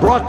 brought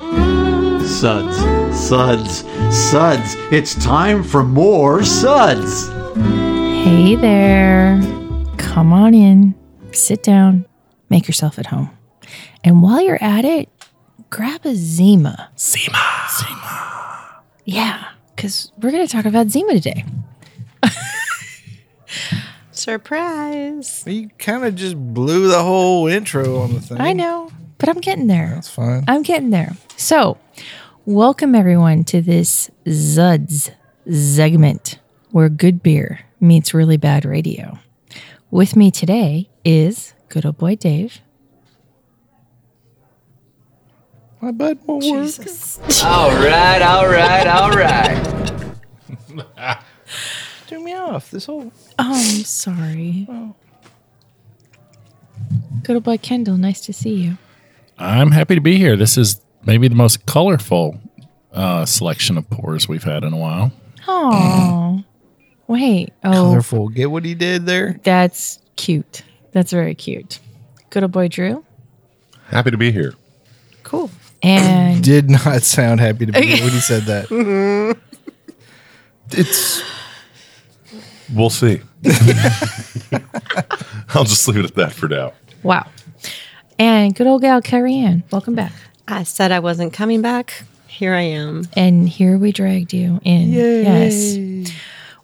Suds, suds, suds. It's time for more suds. Hey there. Come on in. Sit down. Make yourself at home. And while you're at it, grab a Zima. Zima. Zima. Yeah, because we're going to talk about Zima today. Surprise. You kind of just blew the whole intro on the thing. I know, but I'm getting there. That's fine. I'm getting there. So, welcome everyone to this Zuds segment where good beer meets really bad radio. With me today is good old boy Dave. My bud won't work. All right, all right, all right. Threw me off. This whole. Oh, I'm sorry. Good old boy Kendall, nice to see you. I'm happy to be here. This is maybe the most colorful uh, selection of pours we've had in a while. Oh, wait. Oh, Colorful. Get what he did there? that's cute. That's very cute. Good old boy Drew. Happy to be here. Cool. And Did not Mm-hmm. sound happy to be here when he said that. It's. We'll see. I'll just leave it at that for now. Wow. And good old gal Carrie Ann, welcome back. I said I wasn't coming back. Here I am. And here we dragged you in. Yes.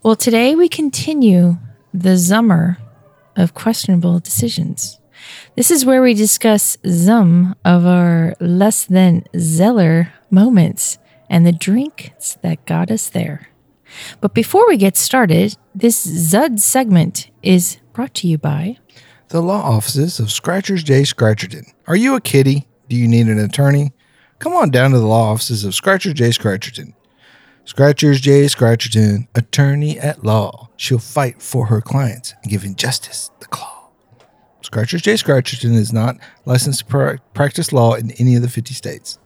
Well, today we continue the Zummer of questionable decisions. This is where we discuss some of our less than zeller moments and the drinks that got us there. But before we get started, this Zud segment is brought to you by The law offices of Scratchers J. Scratcherton. Are you a kitty? Do you need an attorney? Come on down to the law offices of Scratchers J. Scratcherton. Scratchers J. Scratcherton, attorney at law. She'll fight for her clients, giving justice the claw. Scratchers J. Scratcherton is not licensed to pra- practice law in any of the 50 states.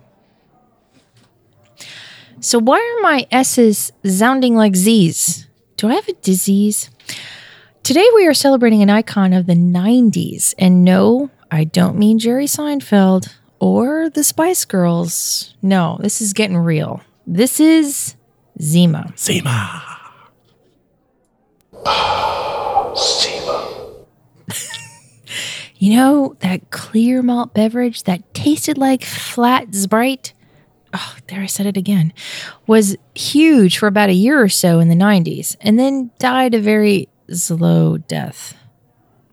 So why are my S's sounding like Z's? Do I have a disease? Today we are celebrating an icon of the 90s. And no, I don't mean Jerry Seinfeld or the Spice Girls. No, this is getting real. This is Zima. You know, that clear malt beverage that tasted like flat Sprite? Oh, there I said it again. Was huge for about a year or so in the 90s and then died a very slow death.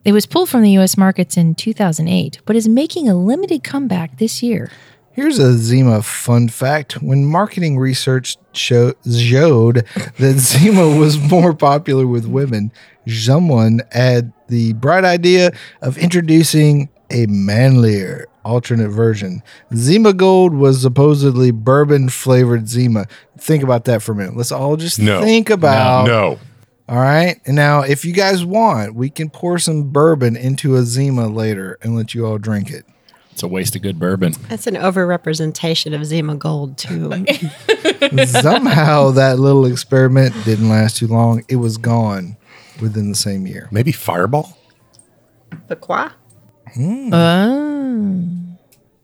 It was pulled from the US markets in 2008, but is making a limited comeback this year. Here's a Zima fun fact. When marketing research show, showed that Zima was more popular with women, someone had the bright idea of introducing a manlier alternate version. Zima Gold was supposedly bourbon flavored Zima. Think about that for a minute. Let's all just No. think Uh, about. No. All right. And now, if you guys want, we can pour some bourbon into a Zima later and let you all drink it. It's a waste of good bourbon. That's an overrepresentation of Zima Gold, too. Somehow that little experiment didn't last too long. It was gone within the same year. Maybe Fireball? the qua? Oh.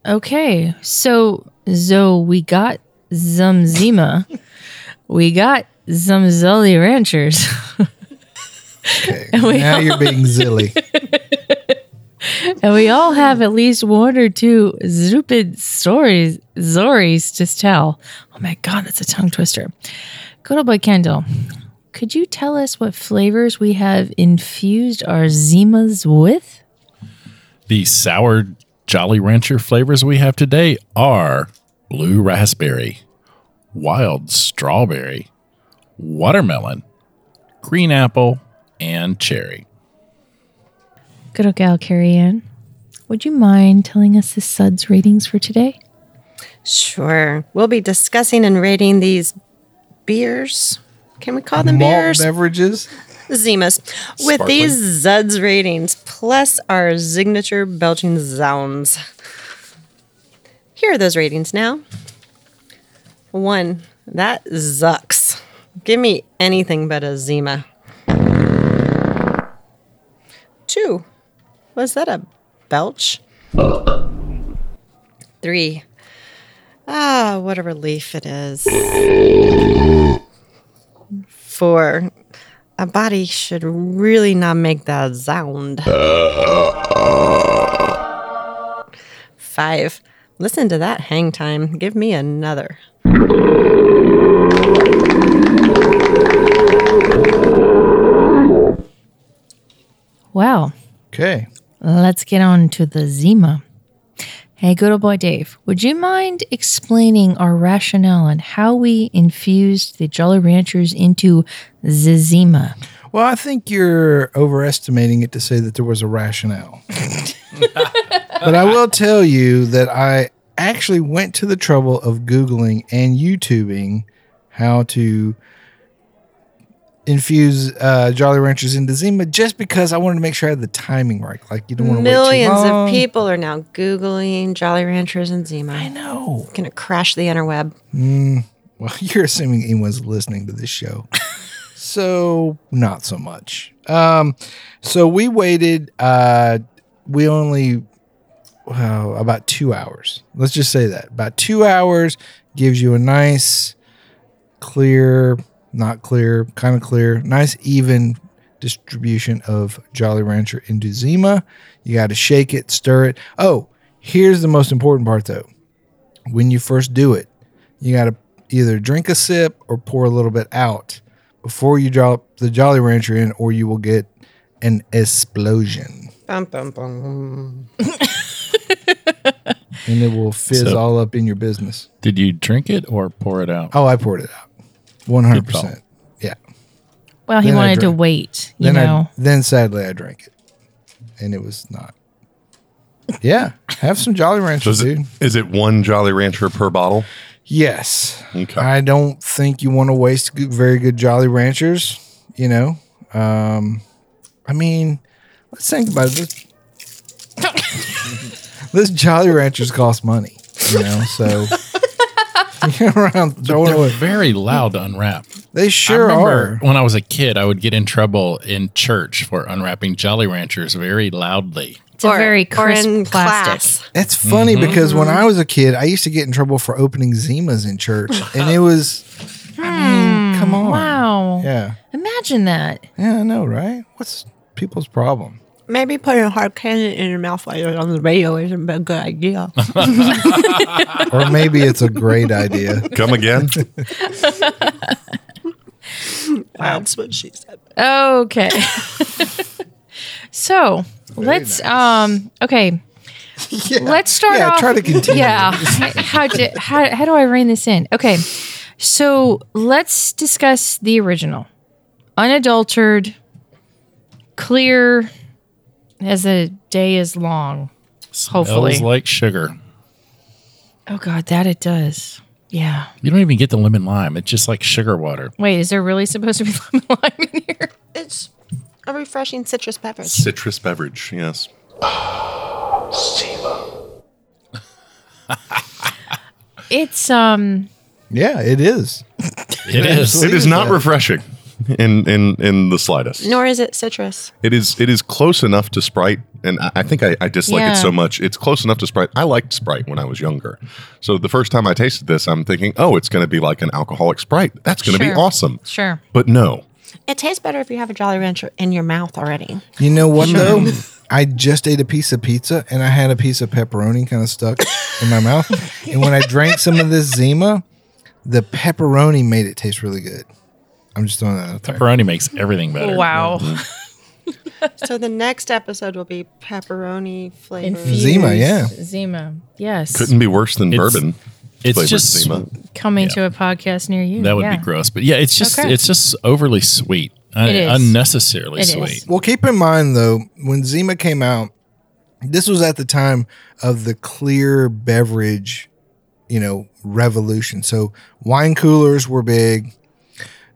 Okay. So, so we got some Zima. we got some Zully Ranchers. Okay. now you're being silly. And we all have at least one or two stupid stories, stories to tell. Oh my God, that's a tongue twister. Good old boy Kendall, could you tell us what flavors we have infused our Zimas with? The sour Jolly Rancher flavors we have today are blue raspberry, wild strawberry, watermelon, green apple, and cherry. Good old gal Carrie Ann, would you mind telling us the suds ratings for today? Sure. We'll be discussing and rating these beers. Can we call them Malt beers? beverages. Zimas. With Sparkling. these Zuds ratings, plus our signature belching zounds. Here are those ratings now. One, that zucks. Give me anything but a Zima. Two, was that a belch? Three, ah, what a relief it is. Four, a body should really not make that sound. Five. Listen to that hang time. Give me another. Wow. Okay. Let's get on to the Zima. Hey, good old boy Dave, would you mind explaining our rationale on how we infused the Jolly Ranchers into the Zima? Well, I think you're overestimating it to say that there was a rationale. but I will tell you that I actually went to the trouble of Googling and YouTubing how to infuse uh, Jolly Ranchers into Zima just because I wanted to make sure I had the timing right. Like, you don't want to wait too Millions long. of people are now Googling Jolly Ranchers and Zima. I I'm know. going to crash the interweb. Well, you're assuming anyone's listening to this show. so not so much. Um, so we waited. Uh, we only well, about two hours. Let's just say that about two hours gives you a nice, clear, not clear, kind of clear, nice even distribution of Jolly Rancher into Zima. You got to shake it, stir it. Oh, here's the most important part though. When you first do it, you got to either drink a sip or pour a little bit out before you drop the Jolly Rancher in, or you will get an explosion Bum, bum, bum. and it will fizz So- all up in your business. Did you drink it or pour it out? Oh, I poured it out, one hundred percent. Yeah. Well, he Then I wanted to drank- wait, you Then know. I then sadly I drank it, and it was not. Yeah, have some Jolly Ranchers, Does it, dude. is it one Jolly Rancher per bottle? Yes. Okay. I don't think you want to waste good, very good Jolly Ranchers. You know, um, I mean, let's think about this. this Jolly Ranchers cost money, you know, so you're around throwing They're away. very loud to unwrap. They Oh, sure I remember are. when I was a kid, I would get in trouble in church for unwrapping Jolly Ranchers very loudly. it's a very crisp in plastic. class. It's funny because when I was a kid, I used to get in trouble for opening Zimas in church, and it was, I mean, come on, Wow. yeah, Imagine that. yeah, I know, right? What's people's problem? Maybe putting hard candy in your mouth while you're on the radio isn't a good idea. Or maybe it's a great idea. Come again? That's what she said. Okay. so let's um okay. Yeah. Let's start Yeah, off. try to continue. Yeah. how, do, how, how do I rein this in? Okay. So let's discuss the original. Unadulterated, clear as the day is long. Hopefully. Smells like sugar. Oh, God, that it does. Yeah. You don't even get the lemon lime. It's just like sugar water. Wait, is there really supposed to be lemon lime in here? It's a refreshing citrus beverage. Citrus beverage, yes. It's, um, Yeah, it is. It is. It is not refreshing in in in the slightest. Nor is it citrus. It is it is close enough to Sprite, and I, I think I, I dislike Yeah. it so much. It's close enough to Sprite. I liked Sprite when I was younger, so the first time I tasted this, I'm thinking, oh, it's going to be like an alcoholic Sprite. That's going to Sure. be awesome. sure. But no, It tastes better if you have a Jolly Rancher in your mouth already. You know what though? I just ate a piece of pizza and I had a piece of pepperoni kind of stuck in my mouth. And when I drank some of this Zima, the pepperoni made it taste really good. I'm just throwing that out there. Pepperoni makes everything better. Oh, Wow. So the next episode will be pepperoni flavor. Infused Zima, yeah. Zima, yes. couldn't be worse than It's- bourbon. It's flavored just Zima. Coming to a podcast near you. that would yeah. be gross, but yeah, it's just Okay. it's just overly sweet, Uh, It is. unnecessarily It is. sweet. Well, keep in mind though, when Zima came out, this was at the time of the clear beverage you know, revolution. So wine coolers were big.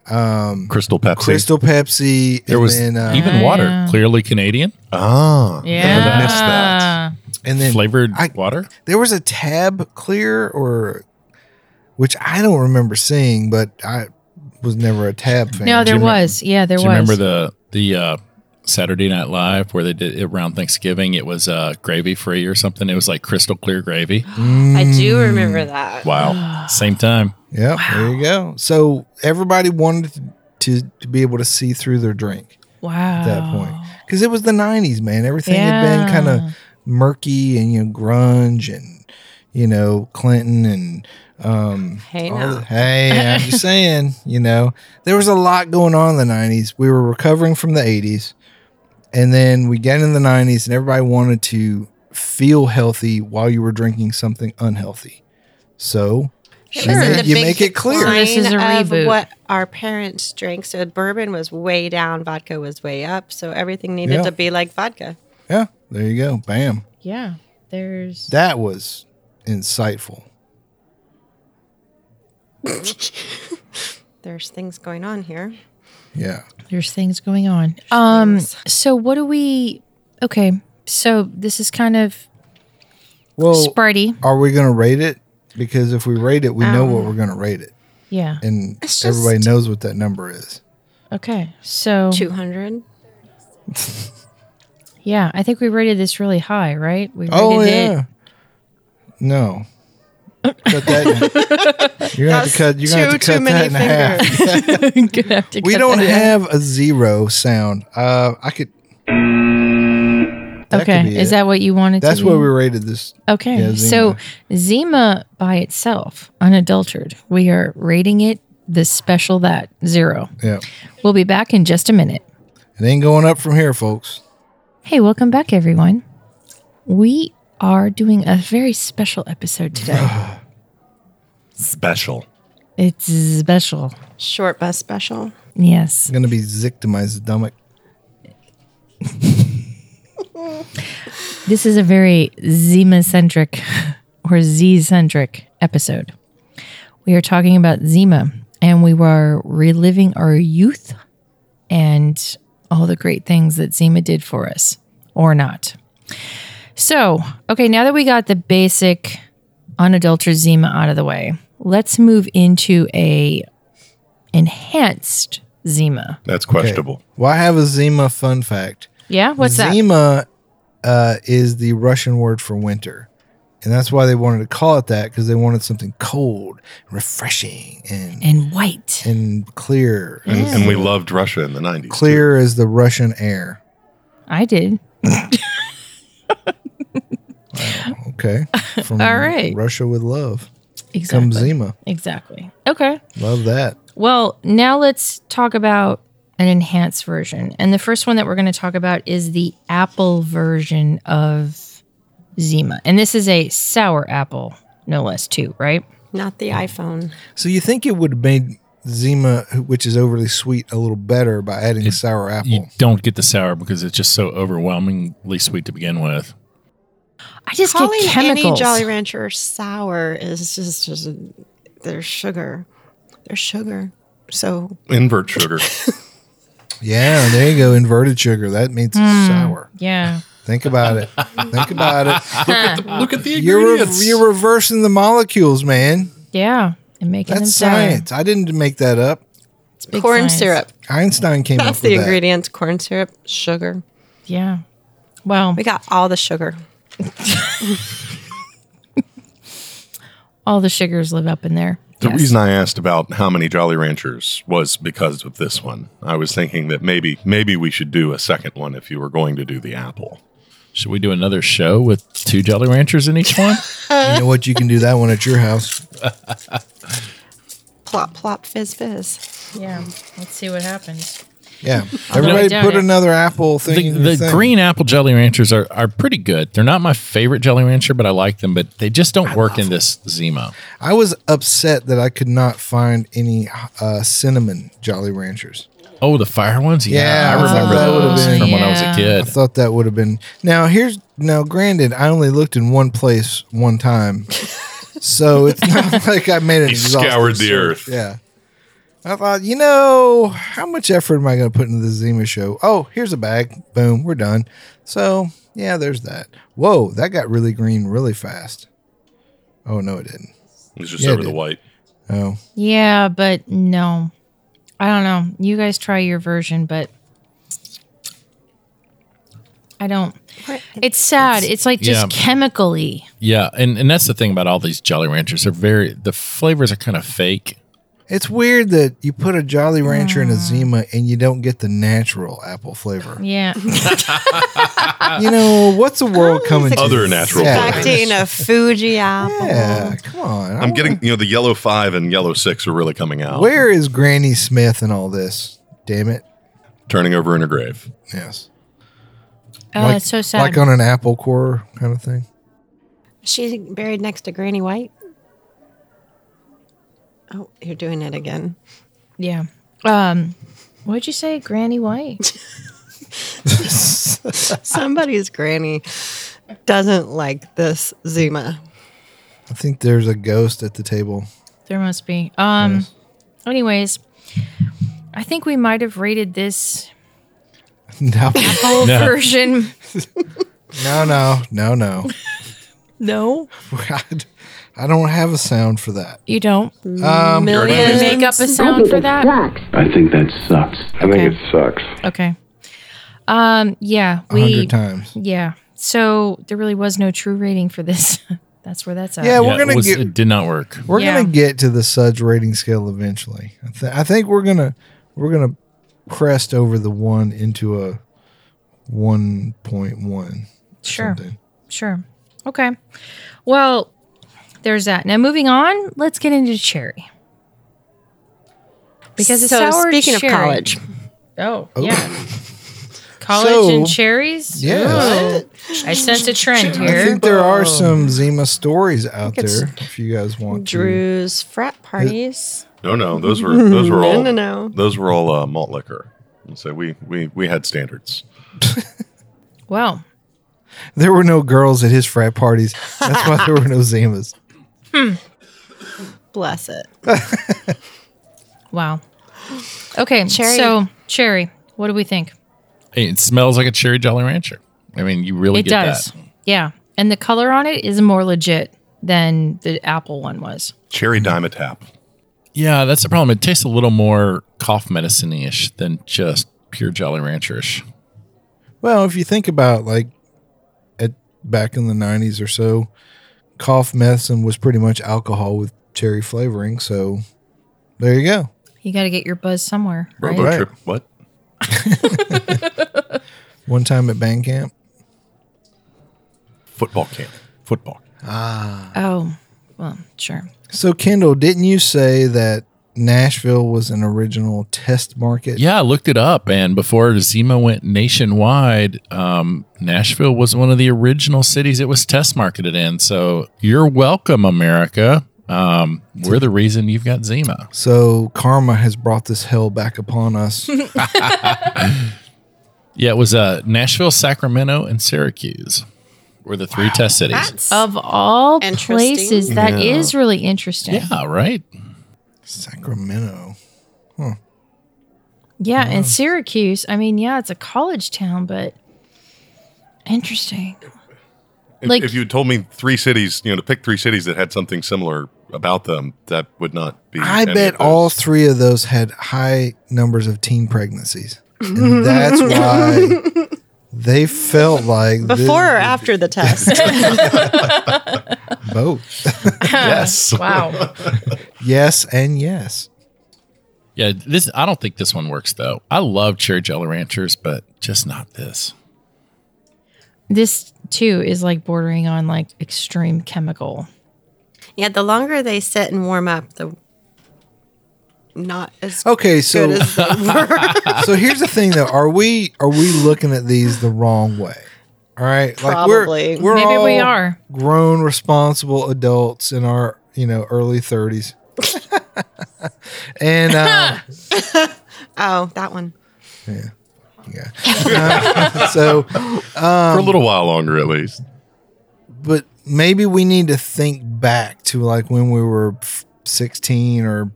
Crystal Pepsi. Crystal Pepsi. There and was E- then, uh, Even Yeah, water, yeah. clearly Canadian, Ah, Yeah. I missed that. and then flavored I- water. There was a tab clear or which I don't remember seeing, but I was never a tab fan. No, there Do you remem- was. Yeah, there was. Do you remember the the uh, Saturday Night Live where they did it around Thanksgiving? It was uh, gravy free or something. It was like crystal clear gravy. I do remember that. Wow, same time. Yeah, there you go. So everybody wanted to, to, to be able to see through their drink wow. at that point because it was the '90s, man. Everything had been Oh. Yeah. kind of murky and you know grunge and you know Clinton and um, Hey, all now. the- hey, I'm just saying, you know, there was a lot going on in the '90s. We were recovering from the '80s, and then we got in the '90s, and everybody wanted to feel healthy while you were drinking something unhealthy. So It you was make, the you big make it clear. So this is a decline of reboot. what our parents drank. So bourbon was way down, vodka was way up. So everything needed Yeah. to be like vodka. Yeah, there you go. Bam. Yeah. There's. That was insightful. There's things going on here. Yeah. There's things going on. Um things. so what do we Okay. So this is kind of Well, Spritey. are we going to rate it? Because if we rate it, we know what we're going to rate it. Yeah. And Um, It's just- everybody knows what that number is. Okay. So Mhm. 200. yeah, I think we rated this really high, right? We rated Oh, it. yeah. No. Cut that. you're going to cut, you're gonna have to That's too- cut too that many in half. Gonna have to We cut don't that out. have a zero sound. Uh, I could. that Okay. could be is it. that what you wanted That's to be? what we rated this. Okay. Yeah, So Zima by itself, unadulterated. We are rating it the special that zero. Yeah. We'll be back in just a minute. It ain't going up from here, folks. Hey, welcome back, everyone. We are doing a very special episode today. Special. it's special. Short bus special. Yes. It's going to be zicked to my stomach. This is a very Zima centric or Z centric episode. We are talking about Zima and we were reliving our youth and all the great things that Zima did for us or not. So, okay, now that we got the basic unadulterated Zima out of the way, let's move into a enhanced Zima. That's Okay. questionable. Well, I have a Zima fun fact. Yeah, what's that? Zima uh, is the Russian word for winter. And that's why they wanted to call it that because they wanted something cold, refreshing, and And white. and clear. And, and we loved Russia in the 90s. Mm. Clear as the Russian air. I did. Okay. From All right. Russia with love. Exactly. Come Zima. Exactly. Okay. Love that. Well, now let's talk about an enhanced version. And the first one that we're going to talk about is the apple version of Zima. And this is a sour apple, no less, too, right? Not the iPhone. So you think it would have made Zima, which is overly sweet, a little better by adding sour apple? You don't get the sour because it's just so overwhelmingly sweet to begin with. I just Calling get any chemicals. Jolly Rancher sour is just, just there's sugar. There's sugar. So Invert sugar. Yeah, there you go. Inverted sugar. That means it's sour. yeah. Think about it. Think about it. Look at the You're, re- you're reversing the molecules, man. Yeah. And making That's them sour. science. I didn't make that up. It's big corn science. syrup. Einstein came That's up with the that. ingredients corn syrup, sugar. Yeah. Well, We got all the sugar. all the sugars live up in there. the Yes. reason I asked about how many Jolly Ranchers was because of this one. I was thinking that maybe maybe we should do a second one if you were going to do the apple. Should we do another show with two Jolly Ranchers in each one? You know what? You can do that one at your house. Plop, plop, fizz, fizz. Yeah. Let's see what happens. Yeah. Everybody doubt put it. another apple thing. the, in your the thing. green apple jelly ranchers are, are pretty good. They're not my favorite jelly rancher, but I like them. But they just don't work in this Zima. I was upset that I could not find any uh, cinnamon Jolly Ranchers. Oh, the fire ones. Yeah, Yeah, I I thought remember that would've those been- from when I was a Oh, Yeah. I kid. thought that would have been. Now here's now. Granted, I only looked in one place one time, So it's not like I made an He exhaustive scoured the search. earth. Yeah. I thought, you know, how much effort am I going to put into the Zima show? Oh, here's a bag. Boom, we're done. So, yeah, there's that. Whoa, that got really green really fast. Oh, no, it didn't. It's just Yeah, over the dude. white. Oh, Yeah, but no. I don't know. You guys try your version, but I don't. What? It's sad. It's, like just yeah. chemically. Yeah, and, and that's the thing about all these Jolly Ranchers. They're very the flavors are kind of fake. it's weird that you put a Jolly Rancher in a Zima and you don't get the natural apple flavor. Yeah. You know, what's the world coming to? Other natural Yeah. flavors. Expecting a Fuji apple. Yeah, come on. I I'm want- getting, you know, the yellow five and yellow six are really coming out. Where is Granny Smith and all this? Damn it. Turning over in her grave. Yes. Oh, Like- it's so sad. Like um, on an apple core kind of thing. She's buried next to Granny White. Oh, you're doing it again. yeah. Um, what'd you say, Granny White? Somebody's granny doesn't like this Zima. I think there's a ghost at the table. there must be. Um. Anyways, I think we might have rated this No, whole version. no, no, no, no. No, I don't have a sound for that. you don't. Um, already Millions. did. Make up a sound for that. I think that sucks. I Okay. think it sucks. Okay. Um. Yeah. a We. hundred times. Yeah. So there really was no true rating for this. That's where that's at. Yeah, Yeah, we're it gonna was- get it did not work. we're Yeah. gonna get to the Suds rating scale eventually. I, th- I think we're gonna we're gonna crest over the one into a one point one. Sure. Sure. Okay. Well, there's that. Now moving on, let's get into cherry. Because it's so sour speaking cherry. of college, Oh, Oh. yeah. College So- and cherries? Yeah. I sense a trend I here. think there are some Zima stories out there if you guys want to. Drew's frat parties. No, no, those were those were No, all no, no. those were all uh, malt liquor. So we we we had standards. Well, There were no girls at his frat parties. That's why there were no Zimas. Bless it. wow. Okay, Cherry. so cherry, what do we think? Hey, it smells like a cherry Jolly Rancher. I mean, you really it get does. that. Yeah. And the color on it is more legit than the apple one was. Cherry Dimetap. Yeah, that's the problem. It tastes a little more cough medicine ish than just pure Jolly Rancherish. Well, if you think about like at back in the nineties or so, cough medicine was pretty much alcohol with cherry flavoring. So there you go. You got to get your buzz somewhere. Right? Robo Right. trip. What? One time at band camp. Football camp. Football. Oh, well, sure. So Kendall, didn't you say that Nashville was an original test market? Yeah, I looked it up, and before Zima went nationwide, um, Nashville was one of the original cities it was test marketed in. So you're welcome, America. Um, we're the reason you've got Zima. So karma has brought this hell back upon us. Yeah, it was uh, Nashville, Sacramento, and Syracuse were the three test cities. Oh, Of all Interesting. places, that is Yeah. really interesting. yeah, right. Sacramento. Yeah, and Syracuse. I mean, yeah, it's a college town, but interesting. If, Like- if you told me three cities, you know, to pick three cities that had something similar about them, that would not be. I any bet of those. all three of those had high numbers of teen pregnancies. And that's why they felt like thi- Before or after the test? both. Yes. Wow. Yes and yes. Yeah, this I don't think this one works though. I love cherry jelly ranchers, but just not this. this too is like bordering on like extreme chemical. yeah, the longer they sit and warm up, the not as Okay, so good as they were. so here's the thing though. Are we are we looking at these the wrong way? All right. Probably. Like we're, we're Maybe all we are. grown responsible adults in our, you know, early 30s. and uh, oh, that one. yeah. Uh, so For a little while longer, at least. but maybe we need to think back to like when we were 16 or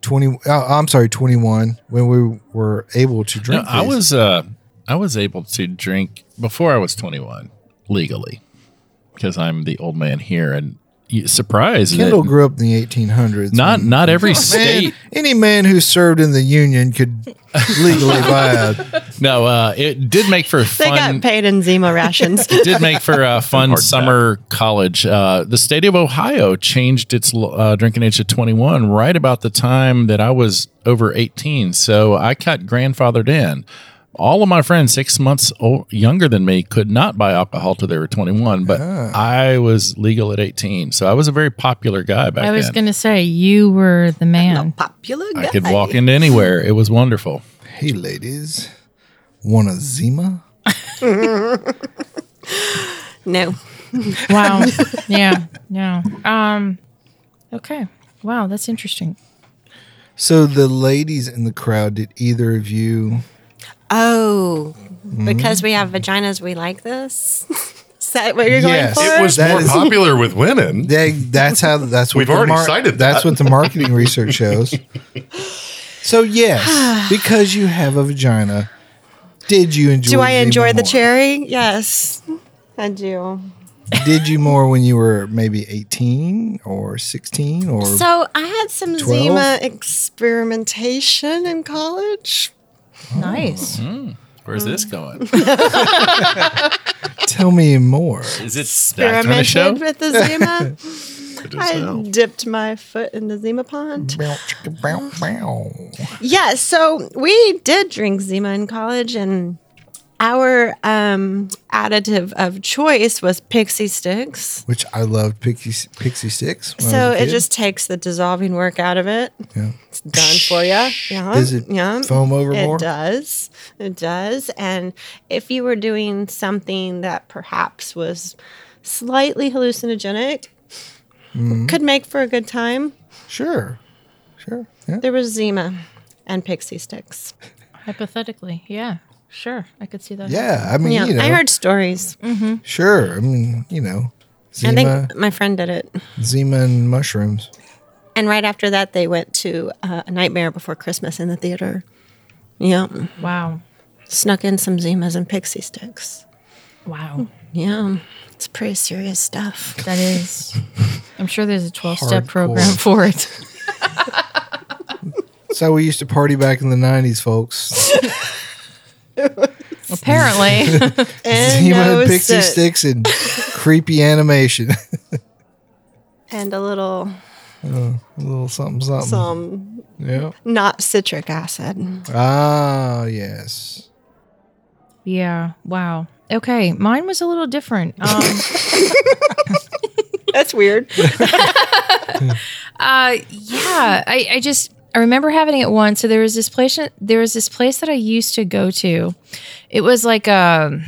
20 uh, I'm sorry 21 when we were able to No, drink I these. was uh, I was able to drink before I was 21 legally because I'm the old man here, and y- surprise, Kendall that grew up in the 1800s. not when- not every man, state. any man who served in the Union could legally buy a No, uh, it did make for They fun. got paid in Zima rations. It did make for a fun Hard summer college. Uh, the state of Ohio changed its uh, drinking age to 21 right about the time that I was over 18. So I got grandfathered in. All of my friends six months old, younger than me could not buy alcohol till they were 21, but I was legal at 18. So I was a very popular guy back I was then. going to say you were the man. Popular guy. I could walk into anywhere. It was wonderful. Hey ladies, want a Zima? No. Wow. yeah. No. Um. Okay. Wow. That's interesting. So the ladies in the crowd did either of you Oh, because we have vaginas, we like this. Is that what you're Yes. going for? It was That more is- popular with women. They, that's how. That's what We've the already cited That's that. what the marketing research shows. So yes, because you have a vagina, did you enjoy? do I enjoy Zima the more? cherry? Yes, I do. Did you more when you were maybe eighteen or sixteen or? So I had some 12? Zima experimentation in college. Nice. Where's this Mm. going? tell me more. Is it that kind of show? Experimented with the Zima. It is I now. dipped my foot in the Zima pond. Bow, chicka, bow, bow. Yeah, so we did drink Zima in college, and our um, additive of choice was pixie sticks. Which I loved pixie pixie sticks. when I So was a it kid. just takes the dissolving work out of it. Yeah. It's done for you. Yeah. Does it yeah. foam over it more? does. It does. And if you were doing something that perhaps was slightly hallucinogenic, Mm-hmm. could make for a good time, sure, sure. Yeah. there was Zima and pixie sticks. Hypothetically, yeah. Sure. I could see that. Yeah, I mean, Yeah. you know, I heard stories. sure. I mean, you know, I Zima, think my friend did it. Zima and mushrooms. And right after that, they went to uh, A Nightmare Before Christmas in the theater. Yeah. Wow. Snuck in some Zimas and pixie sticks. Wow. Yeah. It's pretty serious stuff. That is. I'm sure there's a 12 step Hardcore. program for it. That's how we used to party back in the '90s, folks. Apparently. And Zima no and pixie sit. sticks and creepy animation. And a little a little something, something. some Yeah. not citric acid. Ah, yes. yeah. Wow. Okay. Mine was a little different. Um, That's weird. uh, yeah. I, I just. I remember having it once. So there was this place. There was this place that I used to go to. It was like a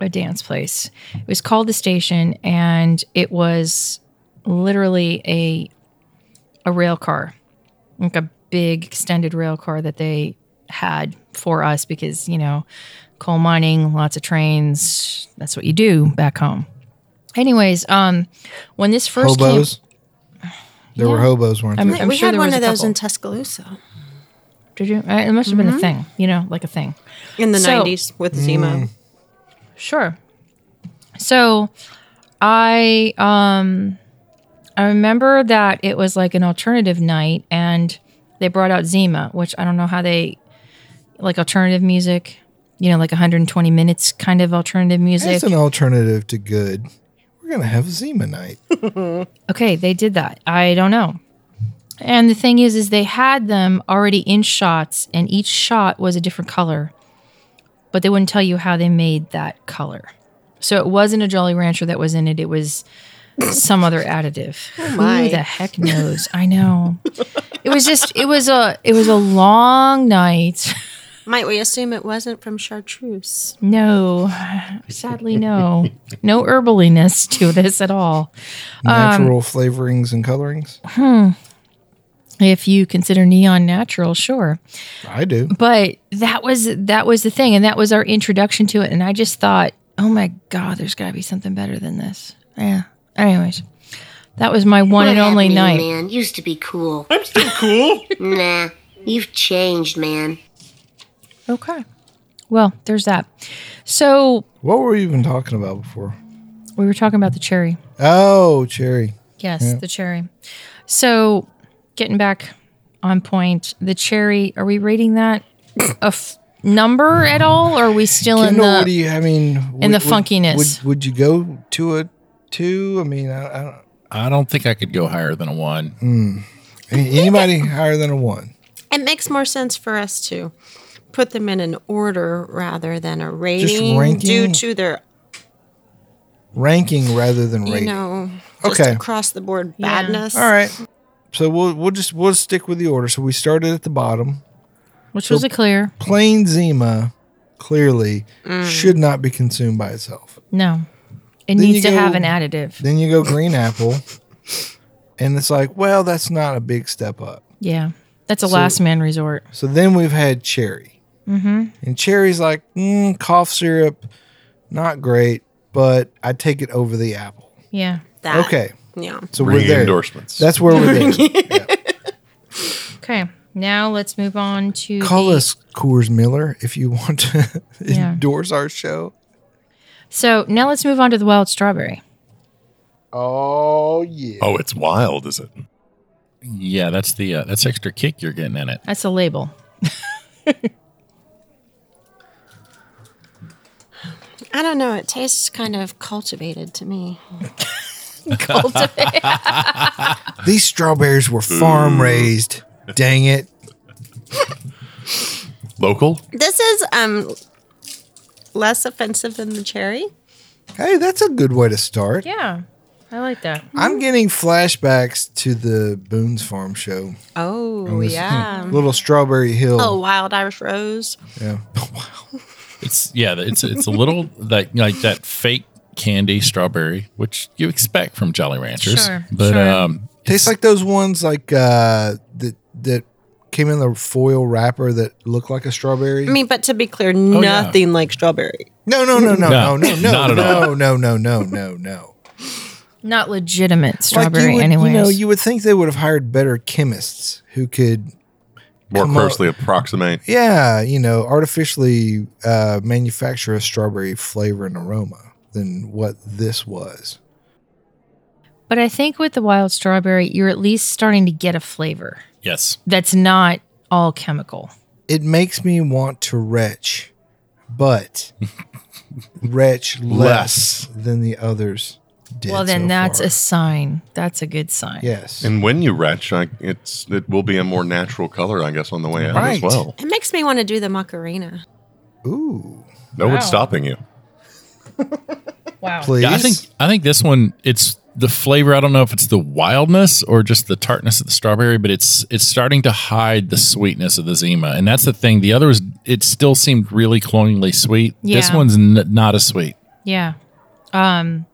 a dance place. It was called the Station, and it was literally a a rail car, like a big extended rail car that they had for us because you know coal mining, lots of trains. That's what you do back home. Anyways, um, when this first came, hobos. There were hobos, weren't I'm- there? I'm we sure had there one was of a those in Mm-hmm. couple. Tuscaloosa did you? It must have been a thing, you know, like a thing. in the So- 90s with Mm. Zima. Sure. So I um I remember that it was like an alternative night and they brought out Zima, which I don't know how they like alternative music, you know, like 120 minutes kind of alternative music. As an alternative to good, we're gonna have a Zima night. Um, okay, they did that. I don't know. And the thing is is they had them already in shots and each shot was a different color. But they wouldn't tell you how they made that color. So it wasn't a Jolly Rancher that was in it. It was some other additive. my. Who the heck knows? I know. It was just it was a it was a long night. Might we assume it wasn't from chartreuse? No. Sadly no. No herbaliness to this at all. Natural flavorings and colorings. If you consider neon natural, sure. I do. but that was that was the thing and that was our introduction to it and i just thought oh my God, there's got to be something better than this. Yeah. Anyways, that was my one What and only happened to you, night. man used to be cool. I'm still cool. nah, you've changed, man. Okay. Well, there's that. So What were we even talking about before? we were talking about the cherry. Oh, Cherry. Yes, the cherry. So, getting back on point, the cherry. Are we rating that a f- number at all? Or are we still in Kendall, the? what do you, I mean, in would- the would- funkiness. Would, would you go to a two? I mean, I, I don't. I don't think I could go higher than a one. Any- Anybody higher than a one? It makes more sense for us to put them in an order rather than a rating ranking? due to their, Ranking rather than you rating. know, just Okay. across the board badness. All right. So we'll we'll just we'll stick with the order. So we started at the bottom. which was a clear Plain Zima clearly Mm. should not be consumed by itself. no. It Then needs to you go- have an additive. Then you go green apple, and it's like, well, that's not a big step up. Yeah, that's a last man resort. So then we've had cherry, mm-hmm. and cherry's like mm, cough syrup, not great, but I take it over the apple. Yeah. That. Okay, Yeah. so Bring we're there. endorsements. That's where we're there. Okay. Now let's move on to Call the- us Coors Miller if you want to Yeah. endorse our show. So now let's move on to the wild strawberry. Oh yeah. oh, it's wild, is it? Yeah, that's the uh, that's extra kick you're getting in it. That's a label. I don't know. It tastes kind of cultivated to me. These strawberries were farm raised. Dang it. Local? This is um less offensive than the cherry. Hey, that's a good way to start. Yeah, I like that. I'm getting flashbacks to the Boone's Farm show. Oh, yeah. Little Strawberry Hill. Oh, wild Irish rose. Yeah. It's yeah, it's it's a little like like that fake candy strawberry, which you expect from Jolly Ranchers, Sure, but sure. um, Tastes like those ones like uh that that came in the foil wrapper that looked like a strawberry. I mean, but to be clear, Oh, yeah. nothing like strawberry. no, no, no, no, no, No, no, no, not at no, all. no, no, no, no, no. Not legitimate Like, strawberry, you would, anyways. You know, you would think they would have hired better chemists who could More Come on. closely approximate. yeah, you know, artificially uh, manufacture a strawberry flavor and aroma than what this was. but I think with the wild strawberry, you're at least starting to get a flavor yes, that's not all chemical. It makes me want to retch, but retch less, than the others did. well, then so that's far. a sign. That's a good sign. yes. And when you retch, I, it's it will be a more natural color, I guess, on the way out Right. as well. It makes me want to do the macarena. Ooh, No Wow. one's stopping you. Wow. please. yeah, I think I think this one it's the flavor. I don't know if it's the wildness or just the tartness of the strawberry, but it's it's starting to hide the sweetness of the Zima, and that's the thing. The other was it still seemed really cloyingly sweet. This Yeah. one's n- not as sweet. Yeah. Um,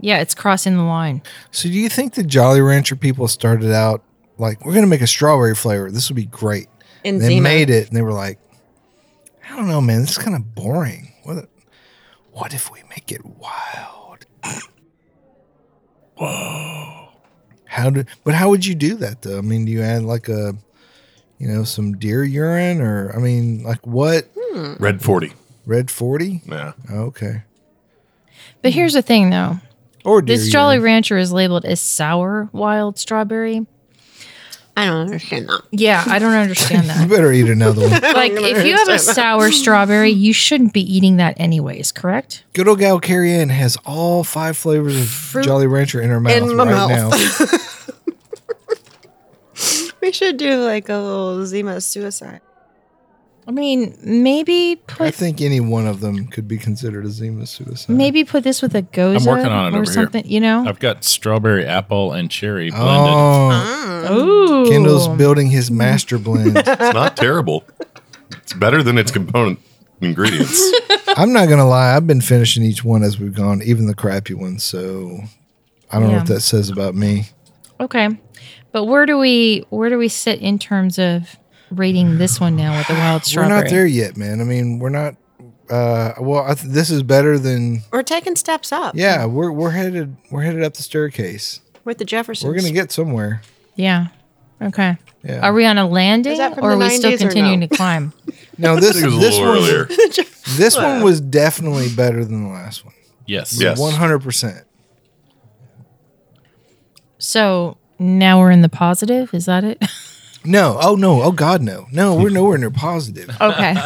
yeah, it's crossing the line. So, do you think the Jolly Rancher people started out like we're going to make a strawberry flavor? This will be great. And they Zima. made it, and they were like, I don't know, man. This is kind of boring. What? What if we make it wild? Whoa! How do? But how would you do that though? I mean, do you add like a, you know, some deer urine, or I mean, like what? Red 40. Red forty? Oh, Yeah. Okay. But here's the thing, though. Or deer This Jolly urine. Rancher is labeled as sour wild strawberry. I don't understand that. Yeah, I don't understand that. You better eat another one. like if you have a sour strawberry, you shouldn't be eating that anyways, correct? Good old gal Carrie Ann has all five flavors of Jolly Rancher in her mouth in my right mouth. now. We should do like a little Zima suicide. I mean, maybe I put think any one of them could be considered a Zima suicide. maybe put this with a goza I'm working on it or over here. something, you know? I've got strawberry, apple, and cherry blended. Oh, Ooh. Kendall's building his master blend. It's not terrible. It's better than its component ingredients. I'm not gonna lie, I've been finishing each one as we've gone, even the crappy ones. So I don't know Yeah. what that says about me. Okay. But where do we where do we sit in terms of rating this one now with the wild We're strawberry? not there yet, man. I mean, we're not. Uh, well, I th- this is better than We're taking steps up. yeah. We're we're headed we're headed up the staircase. With the Jeffersons. We're gonna get somewhere. Yeah. Okay. Yeah. Are we on a landing Is that from or are the we still 90s or no? continuing to climb? No, this It was a this little one earlier. this one was definitely better than the last one. Yes. Yes. One hundred percent. So now we're in the positive. Is that it? No. Oh no. Oh God. No. No. We're nowhere near positive. Okay.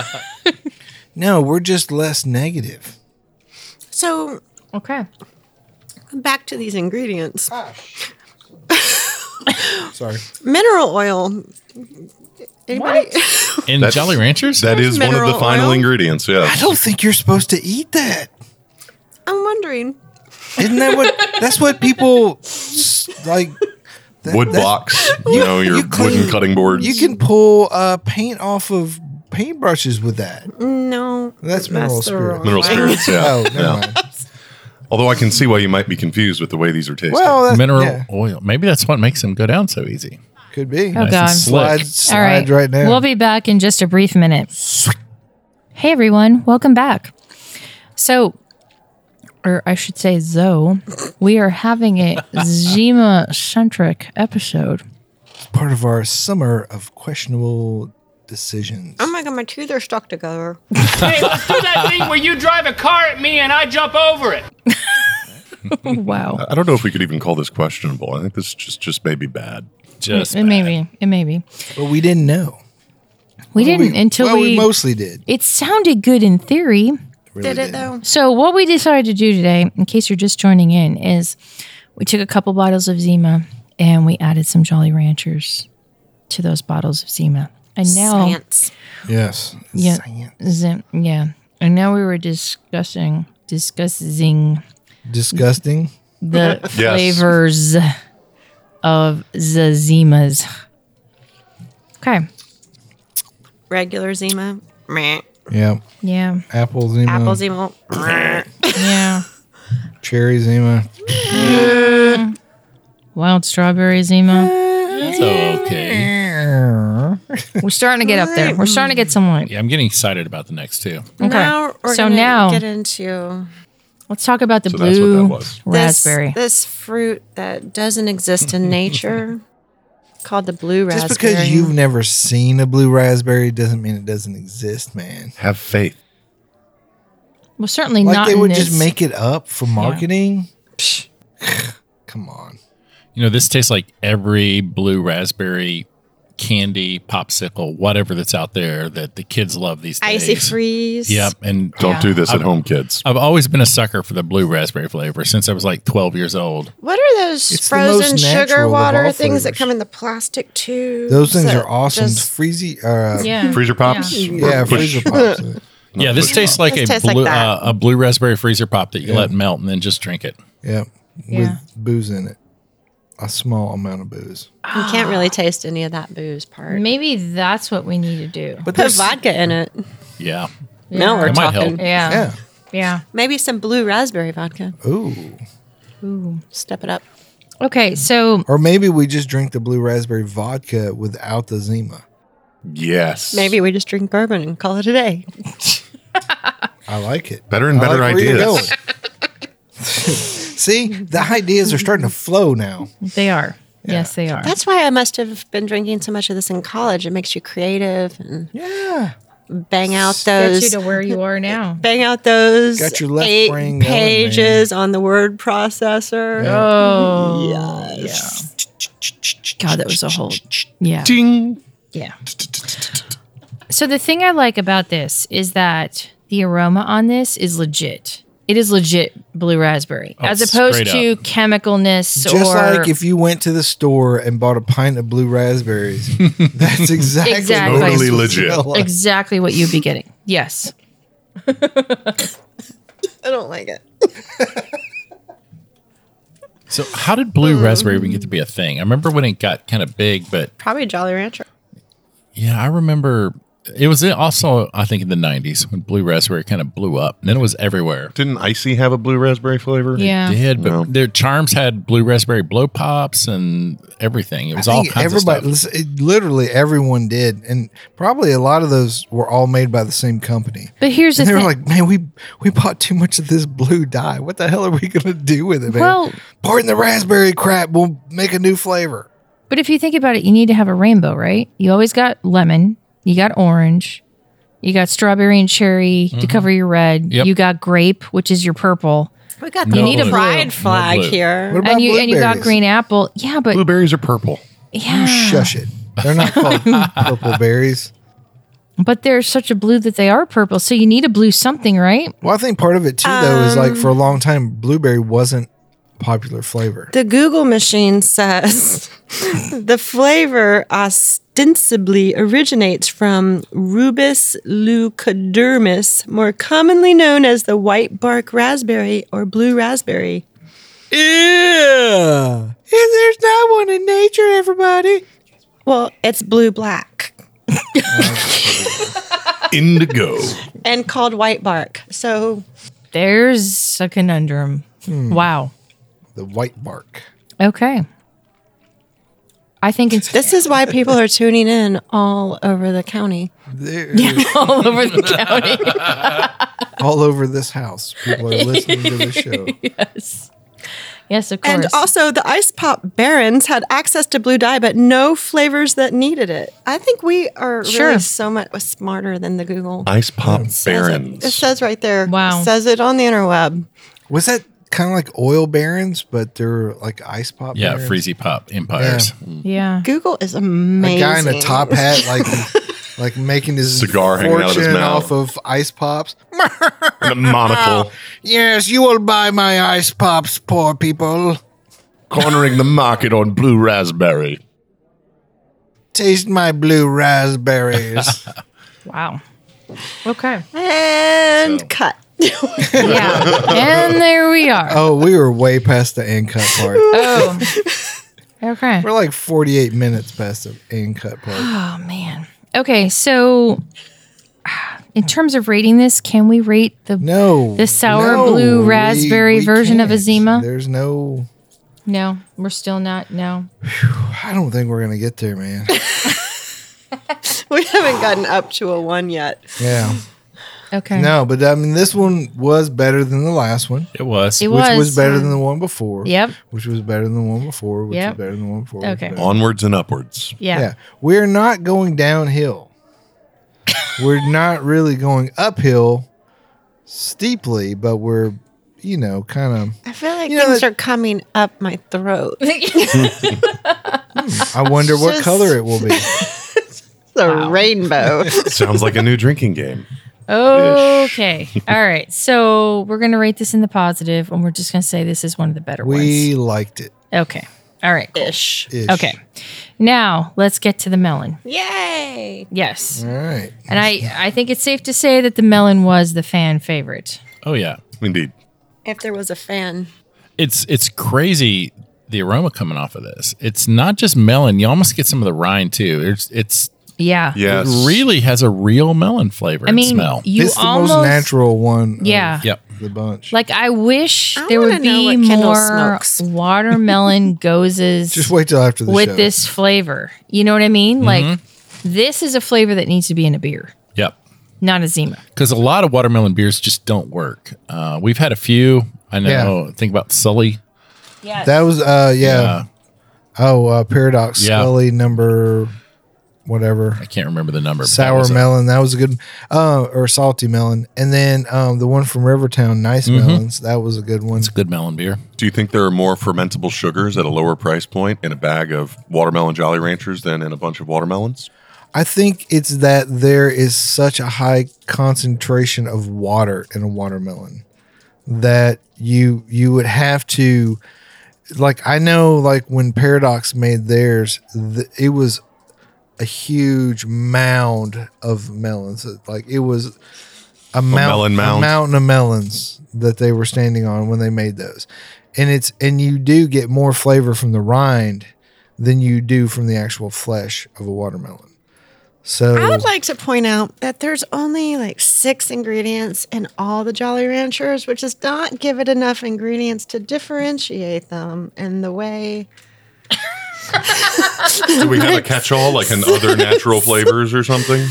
No. We're just less negative. So okay. back to these ingredients. Sorry. Mineral oil. Anybody? In That's- Jolly Ranchers? That is one of the Mineral final oil? ingredients. I Yes. don't think you're supposed to eat that. I'm wondering. Isn't that what? that's what people s- like. that- Wood that's- blocks. You know, your you wooden clean- cutting boards. You can pull uh, paint off of paintbrushes with that. No. That's mineral the spirit. wrong Mineral one. spirits, yeah. Oh, never Yeah. mind. Although I can see why you might be confused with the way these are tasted. Well, that, Mineral yeah, oil. Maybe that's what makes them go down so easy. could be. Oh, God. slick. Slides, slides right. now. We'll be back in just a brief minute. Hey, everyone. Welcome back. So, or I should say, Zoe, we are having a Zima centric episode. part of our summer of questionable decisions. Oh my god, my teeth are stuck together. Wow. I don't know if we could even call this questionable. I think this is just just maybe bad. Just It may be. It may be. But we didn't know. We didn't until well, we, we. mostly did. it sounded good in theory. Really Did it did. though? So, what we decided to do today, in case you're just joining in, is we took a couple bottles of Zima and we added some Jolly Ranchers to those bottles of Zima. And now, Science. Yes. Yeah. Science. Zim, yeah. And now we were discussing discussing Disgusting. the flavors of the Zimas. Okay. Regular Zima. Meh. Yeah. Yeah. Apple Zima. Apple Zima. Meh. Yeah. Cherry Zima. Wild strawberry Zima. okay. We're starting to get up there. We're starting to get somewhere. Yeah, I'm getting excited about the next two. Okay. Now we're so gonna now get into let's talk about the So that's what that blue was. this, raspberry. this fruit that doesn't exist in nature called the blue raspberry. Just because you've never seen a blue raspberry doesn't mean it doesn't exist, man. Have faith. well, certainly Like not. they in would this. just make it up for marketing. Psh, Come on. You know, this tastes like every blue raspberry candy, popsicle, whatever that's out there that the kids love these days. icy freeze. Yep. And Don't Yeah. do this at home, kids. I've always been a sucker for the blue raspberry flavor since I was like 12 years old. What are those It's the most frozen sugar natural of water all things that flavors. come in the plastic tubes? Those things that are awesome. just- Freezy. Uh, yeah. yeah. Freezer pops. Yeah, Push. freezer pops. Uh, yeah, this tastes like This a tastes like blue that. uh, a blue raspberry freezer pop that you let melt and then just drink it. yeah. Yeah. With booze in it. A small amount of booze. you can't really taste any of that booze part. Maybe that's what we need to do. But Put there's vodka in it. Yeah. Now we're That might talking. help. yeah. Yeah. Yeah. Maybe some blue raspberry vodka. Ooh. Step it up. Okay. So Or maybe we just drink the blue raspberry vodka without the Zima. Yes. Maybe we just drink bourbon and call it a day. I like it. Better and I better like where you're ideas. going. See, the ideas are starting to flow now. they are. Yes, they are. That's why I must have been drinking so much of this in college. It makes you creative and Yeah. bang out Get you those to where you are now. bang out those Got your left eight brain going, pages on the word processor. Oh. Yeah. God, that was a whole. Yeah. Ding. Yeah. So the thing I like about this is that the aroma on this is legit. It is legit blue raspberry, as opposed straight to chemicalness Oh, Just or like if you went to the store and bought a pint of blue raspberries, that's Exactly. exactly, what it's Totally supposed to legit. smell like. exactly what you'd be getting. Yes. I don't like it. So how did blue raspberry even get to be a thing? I remember when it got kind of big, but Probably Jolly Rancher. yeah, I remember It was also, I think, in the 90s when blue raspberry kind of blew up. And then it was everywhere. Didn't icy have a blue raspberry flavor? Yeah. Did, but No. their charms had blue raspberry blow pops and everything. It was all kinds everybody, of stuff. listen, it- literally everyone did, and probably a lot of those were all made by the same company. But here's and the they were thing. like, "Man, we we bought too much of this blue dye. What the hell are we gonna do with it, man? Well- Pour it in the raspberry crap. We'll make a new flavor." but if you think about it, you need to have a rainbow, right? You always got lemon, you got orange, you got strawberry and cherry to cover your red, Yep. you got grape, which is your purple, We got No the need blue. a pride No flag blue. What here. about and you and you got blueberries? green apple. Yeah, but Blueberries are purple. yeah, Shush it. They're not called purple berries. but they're such a blue that they are purple. So you need a blue something, right? Well, I think part of it too, though, is like for a long time, blueberry wasn't a popular flavor. The Google machine says the flavor ostensibly originates from Rubus leucodermis, more commonly known as the white bark raspberry or blue raspberry. Yeah. there's not one in nature, everybody. Well, it's blue black Indigo. and called white bark. So There's a conundrum. Hmm. Wow. The white bark. Okay. I think it's this is why people are tuning in all over the county. They're all over the county. all over this house. People are listening to the show. Yes, of course. And also, the Ice Pop Barons had access to blue dye, but no flavors that needed it. I think we are Sure. really so much smarter than the Google. Ice pop Says it. barons. It says right there. Wow. It says it on the interweb. Was that kind of like oil barons, but they're like ice pop? Yeah, barons? Freezy Pop Empires. yeah. Mm. Google is A amazing. guy in a top hat, like like making his Cigar hanging out of his fortune mouth. off of ice pops. And a monocle Yes, you will buy my ice pops, poor people. cornering the market on blue raspberry. Taste my blue raspberries. Wow. Okay. And cut. Yeah. and there we are. oh, we were way past the end cut part. Oh. Okay. We're like 48 minutes past the end cut part. Oh man. Okay, so in terms of rating this, can we rate the No. The sour No, blue raspberry version of can't. Azima? There's no. No, we're still not. No. I don't think we're going to get there, man. We haven't gotten up to a one yet. Yeah. Okay. No, but I mean, this one was better than the last one, It was. It which was, was. uh, better than the one before. Yep. Which was better than the one before, which Yep. was better than the one before. which was Okay. better- Onwards and upwards. Yeah. Yeah. We're not going downhill. we're not really going uphill steeply, but we're, you know, kind I feel like You know things that- are coming up my throat. of, I wonder what color it will be. The rainbow. Sounds like a new drinking game. Okay. All right. So we're going to rate this in the positive, and we're just going to say this is one of the better We liked it. ones. Okay. All right. cool. Ish. Ish. Okay. Now let's get to the melon. Yay. Yes. All right. And I, I think it's safe to say that the melon was the fan favorite. Oh yeah. Indeed. If there was a fan. It's it's crazy the aroma coming off of this. It's not just melon. You almost get some of the rind too. There's it's Yeah. Yes. it really has a real melon flavor I and mean, smell. you this is the almost most natural one. of Yeah. Yep. The bunch. Like I wish I there wanna would know be what Kendall more smokes. watermelon gozes Just wait till after the with show. this flavor. You know what I mean? Like this is a flavor that needs to be in a beer, Yep. not a Zima. Because a lot of watermelon beers just don't work. Uh, we've had a few. I know. Think about Sully. That was uh yeah. Oh, uh Paradox Yeah. Scully number whatever. I can't remember the number. but that Sour was a- melon, that was a good uh or salty melon. And then um the one from Rivertown, nice melons, that was a good one. Good melon beer. Do you think there are more fermentable sugars at a lower price point in a bag of watermelon Jolly Ranchers than in a bunch of watermelons? I think it's that there is such a high concentration of water in a watermelon that you you would have to like I know like when Paradox made theirs th- it was a huge mound of melons like it was a, mount, melon a mound. mountain of melons that they were standing on when they made those and it's and you do get more flavor from the rind than you do from the actual flesh of a watermelon So I would like to point out that there's only like six ingredients in all the Jolly Ranchers, which does not give it enough ingredients to differentiate them in the way. Do we have a catch-all like in other natural flavors or something?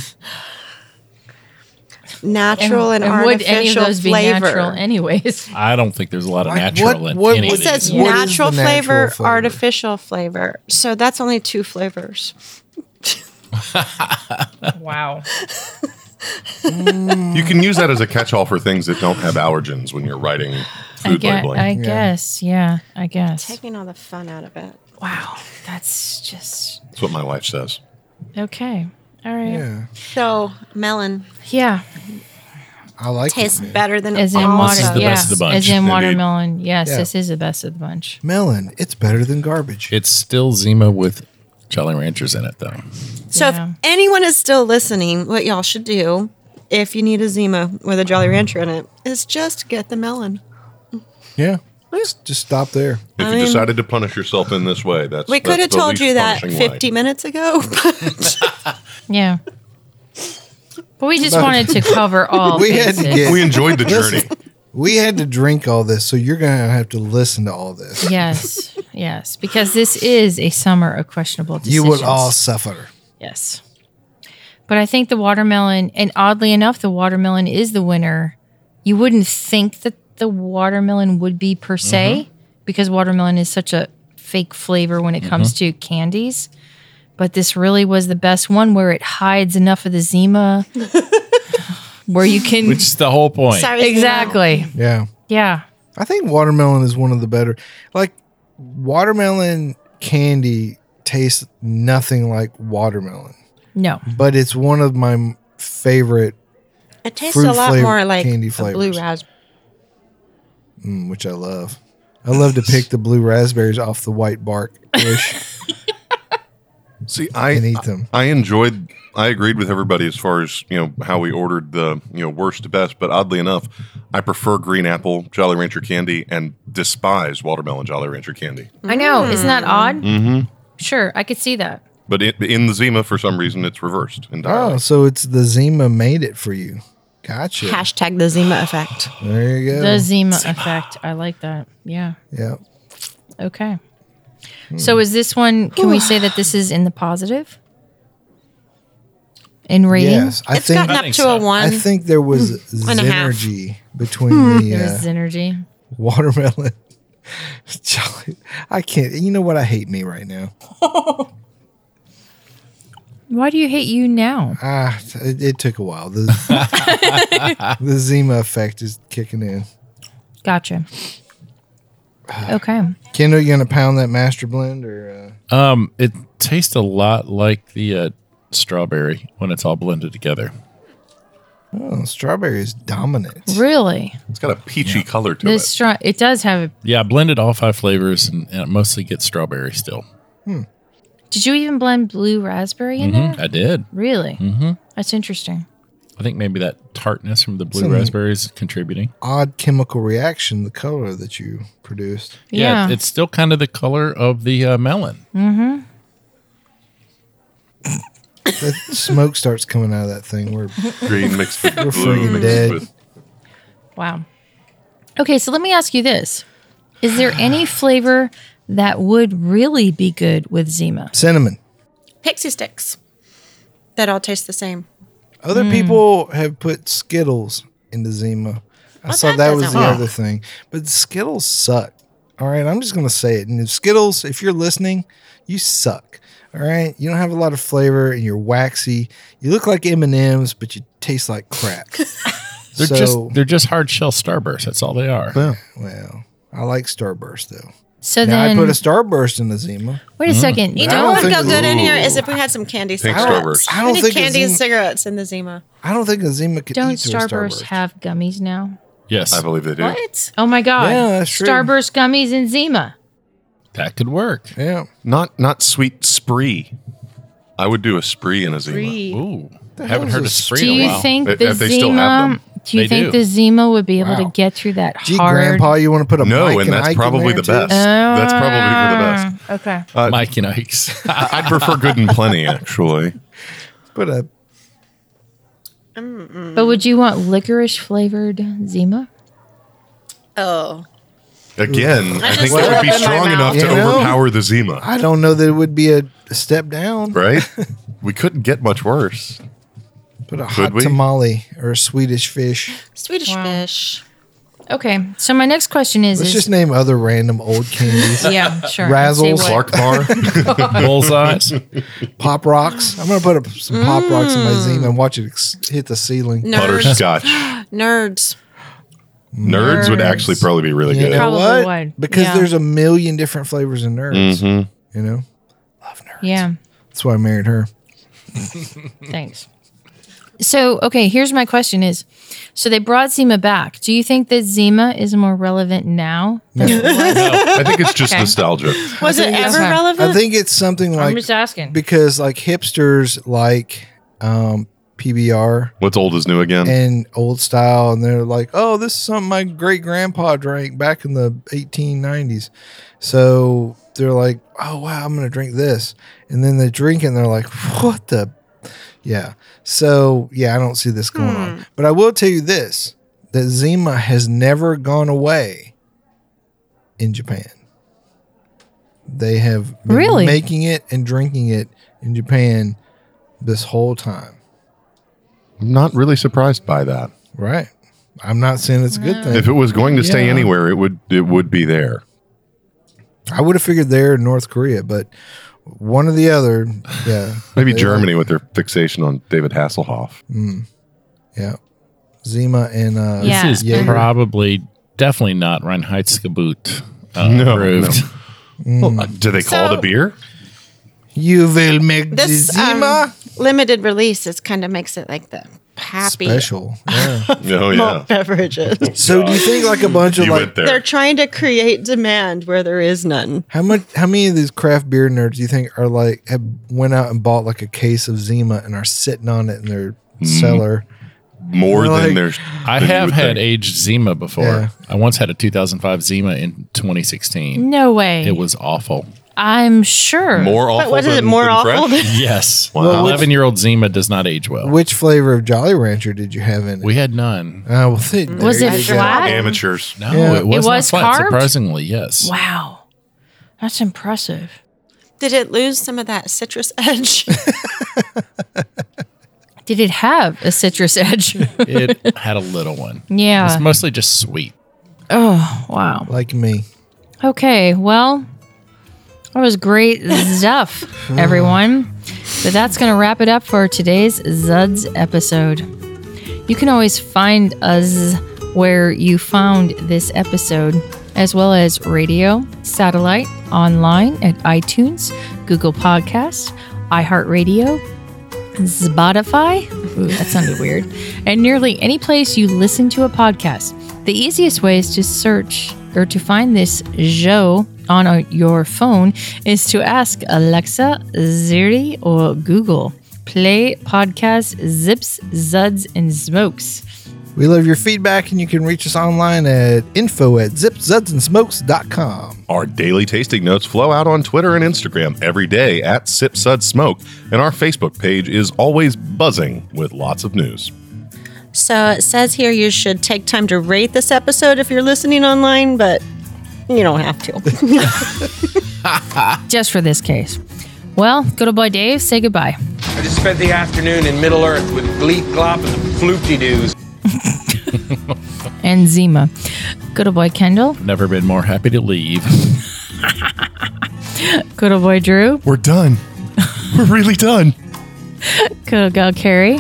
Natural and, artificial flavor. anyways? I don't think there's a lot of Like, natural what- in what- any what of It these. says What is the natural natural, flavor, flavor? artificial flavor. So that's only two flavors. Wow. You can use that as a catch-all for things that don't have allergens when you're writing I, food get, labeling. I guess. Yeah, I guess. Taking all the fun out of it. Wow. That's just That's what my wife says. okay. All right. Yeah. yeah, So melon I like it, tastes man. better than As in all water. This is the yeah. best of the bunch, As in indeed. watermelon. Yes, Yeah. this is the best of the bunch. melon. It's better than garbage. It's still Zima with Jolly Ranchers in it, though. So Yeah. if anyone is still listening, what y'all should do, if you need a Zima with a Jolly Rancher in it, is just get the melon. yeah, just, just stop there. If you decided to punish yourself in this way, that's We could that's have the told least you that punishing way. 50 minutes ago. Yeah. But we just wanted to cover all We had to bases. get- We enjoyed the journey. We had to drink all this, so you're gonna have to listen to all this. Yes, yes, because this is a summer of questionable You decisions. will all suffer. yes. But I think the watermelon, and oddly enough, the watermelon is the winner. You wouldn't think that the watermelon would be per se, Mm-hmm. because watermelon is such a fake flavor when it comes Mm-hmm. to candies. But this really was the best one where it hides enough of the Zima where you can. Which is the whole point. Sorry, Zima. exactly. Yeah. Yeah. I think watermelon is one of the better. Like watermelon candy tastes nothing like watermelon, No. but it's one of my m- favorite, It tastes Fruit a lot flavor- more like candy a blue flavors. raspberry. mm, which I love. I love to pick the blue raspberries off the white bark bush See, I and eat them. I enjoyed. I agreed with everybody as far as you know how we ordered the you know worst to best, but oddly enough, I prefer green apple Jolly Rancher candy and despise watermelon Jolly Rancher candy. I know. Isn't that odd? Mm-hmm. Sure. I could see that. But in, in the Zima, for some reason, it's reversed entirely. Oh, so it's the Zima made it for you. Gotcha. Hashtag the Zima effect. There you go. The Zima effect. I like that. Yeah. yeah. Okay. So is this one? Can we say that this is in the positive? In rating, Yes, I It's think gotten up think to so. a one. I think there was and a half. synergy between the uh, there's energy. watermelon. Jolly. I can't. You know what? I hate me right now. Why do you hate you now? Ah, it, it took a while. The, the Zima effect is kicking in. Gotcha. Okay. Kendall, you gonna pound that master blend or? Uh, Um, it tastes a lot like the uh, strawberry when it's all blended together. oh, strawberry is dominant. Really? It's got a peachy color to This it. strong. It does have. A, Yeah, I blended all five flavors and, and I mostly get strawberry still. did you even blend blue raspberry in Hmm. there? I did. Really? Mm-hmm. That's interesting. I think maybe that tartness from the blue Some- raspberries is contributing. Odd chemical reaction. The color that you produced. Yeah. it's still kind of the color of the uh, melon. That smoke starts coming out of that thing. We're Green mixed with blue, friggin' mixed dead. with Wow. Okay, so let me ask you this. Is there any flavor that would really be good with Zima? cinnamon. Pixie sticks that all taste the same. Hmm. Other people have put Skittles into Zima. I saw that that, was the doesn't work. other thing. But Skittles suck. All right. I'm just going to say it. And if Skittles, if you're listening, you suck. All right. You don't have a lot of flavor and you're waxy. You look like M&M's, but you taste like crap. They're so, just they're just hard shell starbursts. That's all they are. well, I like Starburst though. So Now I then, put a Starburst in the Zima. wait a second. You I know don't what would think go it's- good in here is if we had some candy pink Starburst. cigarettes. I We don't need think a candy and Zima, cigarettes in the Zima. I don't think a Zima could don't eat through a Starburst have gummies now? Yes, I believe they do. What? Oh my God. Yeah, that's true. Starburst gummies and Zima. that could work. Yeah. Not not sweet spree. I would do a spree in a Zima. Ooh, hell haven't is heard a of spree Do in a you while. think If- the if they Zima? still have them. do you They think do. the Zima would be able Wow. to get through that Gee, hard? Grandpa, you want to put a No, Mike and that's Ike in probably there, the too? best. that's probably for the best. Ah. Okay. Uh, Mike and Ike's? I- I'd prefer good and plenty, actually. Put a But would you want licorice flavored Zima? Oh, Again, I, think just that threw would up be in my strong mouth. enough to You know? overpower the Zima, I don't know that it would be a, a step down. right? we couldn't get much worse. Put a hot we? tamale or a Swedish fish. Swedish fish. Okay. So my next question is, Let's is just name other random old candies. yeah, sure. Razzles. Say what- Clark Bar. Bullseyes. pop rocks. I'm gonna put a, some pop rocks in Mm. my zine and watch it ex- hit the ceiling. Nerds. Butterscotch. Nerds. Nerds would actually probably be really You good. know Probably what? would. Because Yeah. there's a million different flavors in nerds. You know, Yeah. that's why I married her. Thanks. So, okay, here's my question is so they brought Zima back. Do you think that Zima is more relevant now? than it was? I think it's just Okay. nostalgia. was it ever Okay. relevant? I think it's something I'm like just asking. because like hipsters like um, PBR What's old is new again. and old style, and they're like, oh, this is something my great grandpa drank back in the 1890s. So they're like, oh wow, I'm gonna drink this, and then they drink it, and they're like, what the, yeah. So yeah, I don't see this going on, but I will tell you this: that Zima has never gone away in Japan. They have been Really? making it and drinking it in Japan this whole time. I'm not really surprised by that. Right. I'm not saying it's a good thing. If it was going to stay anywhere, it would it would be there. I would have figured there in North Korea, but one or the other. Yeah. Maybe They- Germany with their fixation on David Hasselhoff. Yeah. Zima and uh, Yeah. This is Jaeger. probably definitely not Reinheitsgebot uh, No, approved. no. Uh, do they call it a So- beer? you will make the This Zima um, limited release is kind of makes it like the happy special. Yeah. No, yeah. malt beverages. so do you think like a bunch of You like went there. They're trying to create demand where there is none. how much how many of these craft beer nerds do you think are like have went out and bought like a case of Zima and are sitting on it in their Mm-hmm. cellar? More like- than there's. I than you have would had think. aged Zima before. Yeah. I once had a 2005 Zima in 2016. No way. It was awful. I'm sure. more awful. But was than, it more than awful? fresh? than- Yes. Wow. 11 year old Zima does not age well. Which flavor of Jolly Rancher did you have in it? we had none. uh, well, th- Was there it you go. flat? Amateurs. No, Yeah. it was, It not was flat, carved? Surprisingly, yes. Wow. That's impressive. Did it lose some of that citrus edge? Did it have a citrus edge? It had a little one. It's yeah. mostly just sweet. Oh, wow. Like me. Okay, well, that was great stuff, everyone. But that's going to wrap it up for today's Zuds episode. You can always find us where you found this episode, as well as radio, satellite, online at iTunes, Google Podcasts, iHeartRadio, Spotify. Ooh, that sounded weird. And nearly any place you listen to a podcast. The easiest way is to search or to find this show on uh, your phone is to ask Alexa, Siri, or Google. Play podcast Zips, Zuds, and Smokes. We love your feedback, and you can reach us online at info at zipzudsandsmokes.com. Our daily tasting notes flow out on Twitter and Instagram every day at Sip Sud Smoke, and our Facebook page is always buzzing with lots of news. So it says here you should take time to rate this episode if you're listening online, but you don't have to. Just for this case. Well, good old boy Dave, say goodbye. I just spent the afternoon in Middle Earth with Bleep Glop and the Floopty Doos. And Zima. Good old boy Kendall. Never been more happy to leave. Good old boy Drew. We're done. We're really done. Good old girl Carrie.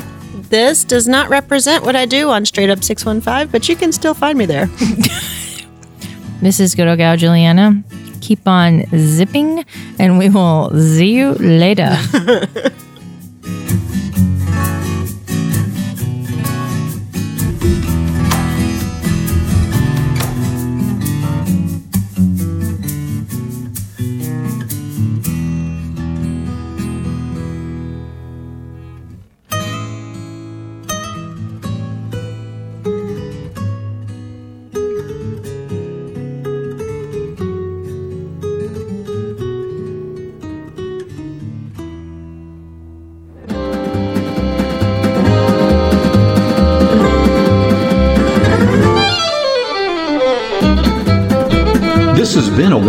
this does not represent what I do on Straight Up 615, but you can still find me there. This is Good old gal Juliana. Keep on zipping, and we will see you later. has been a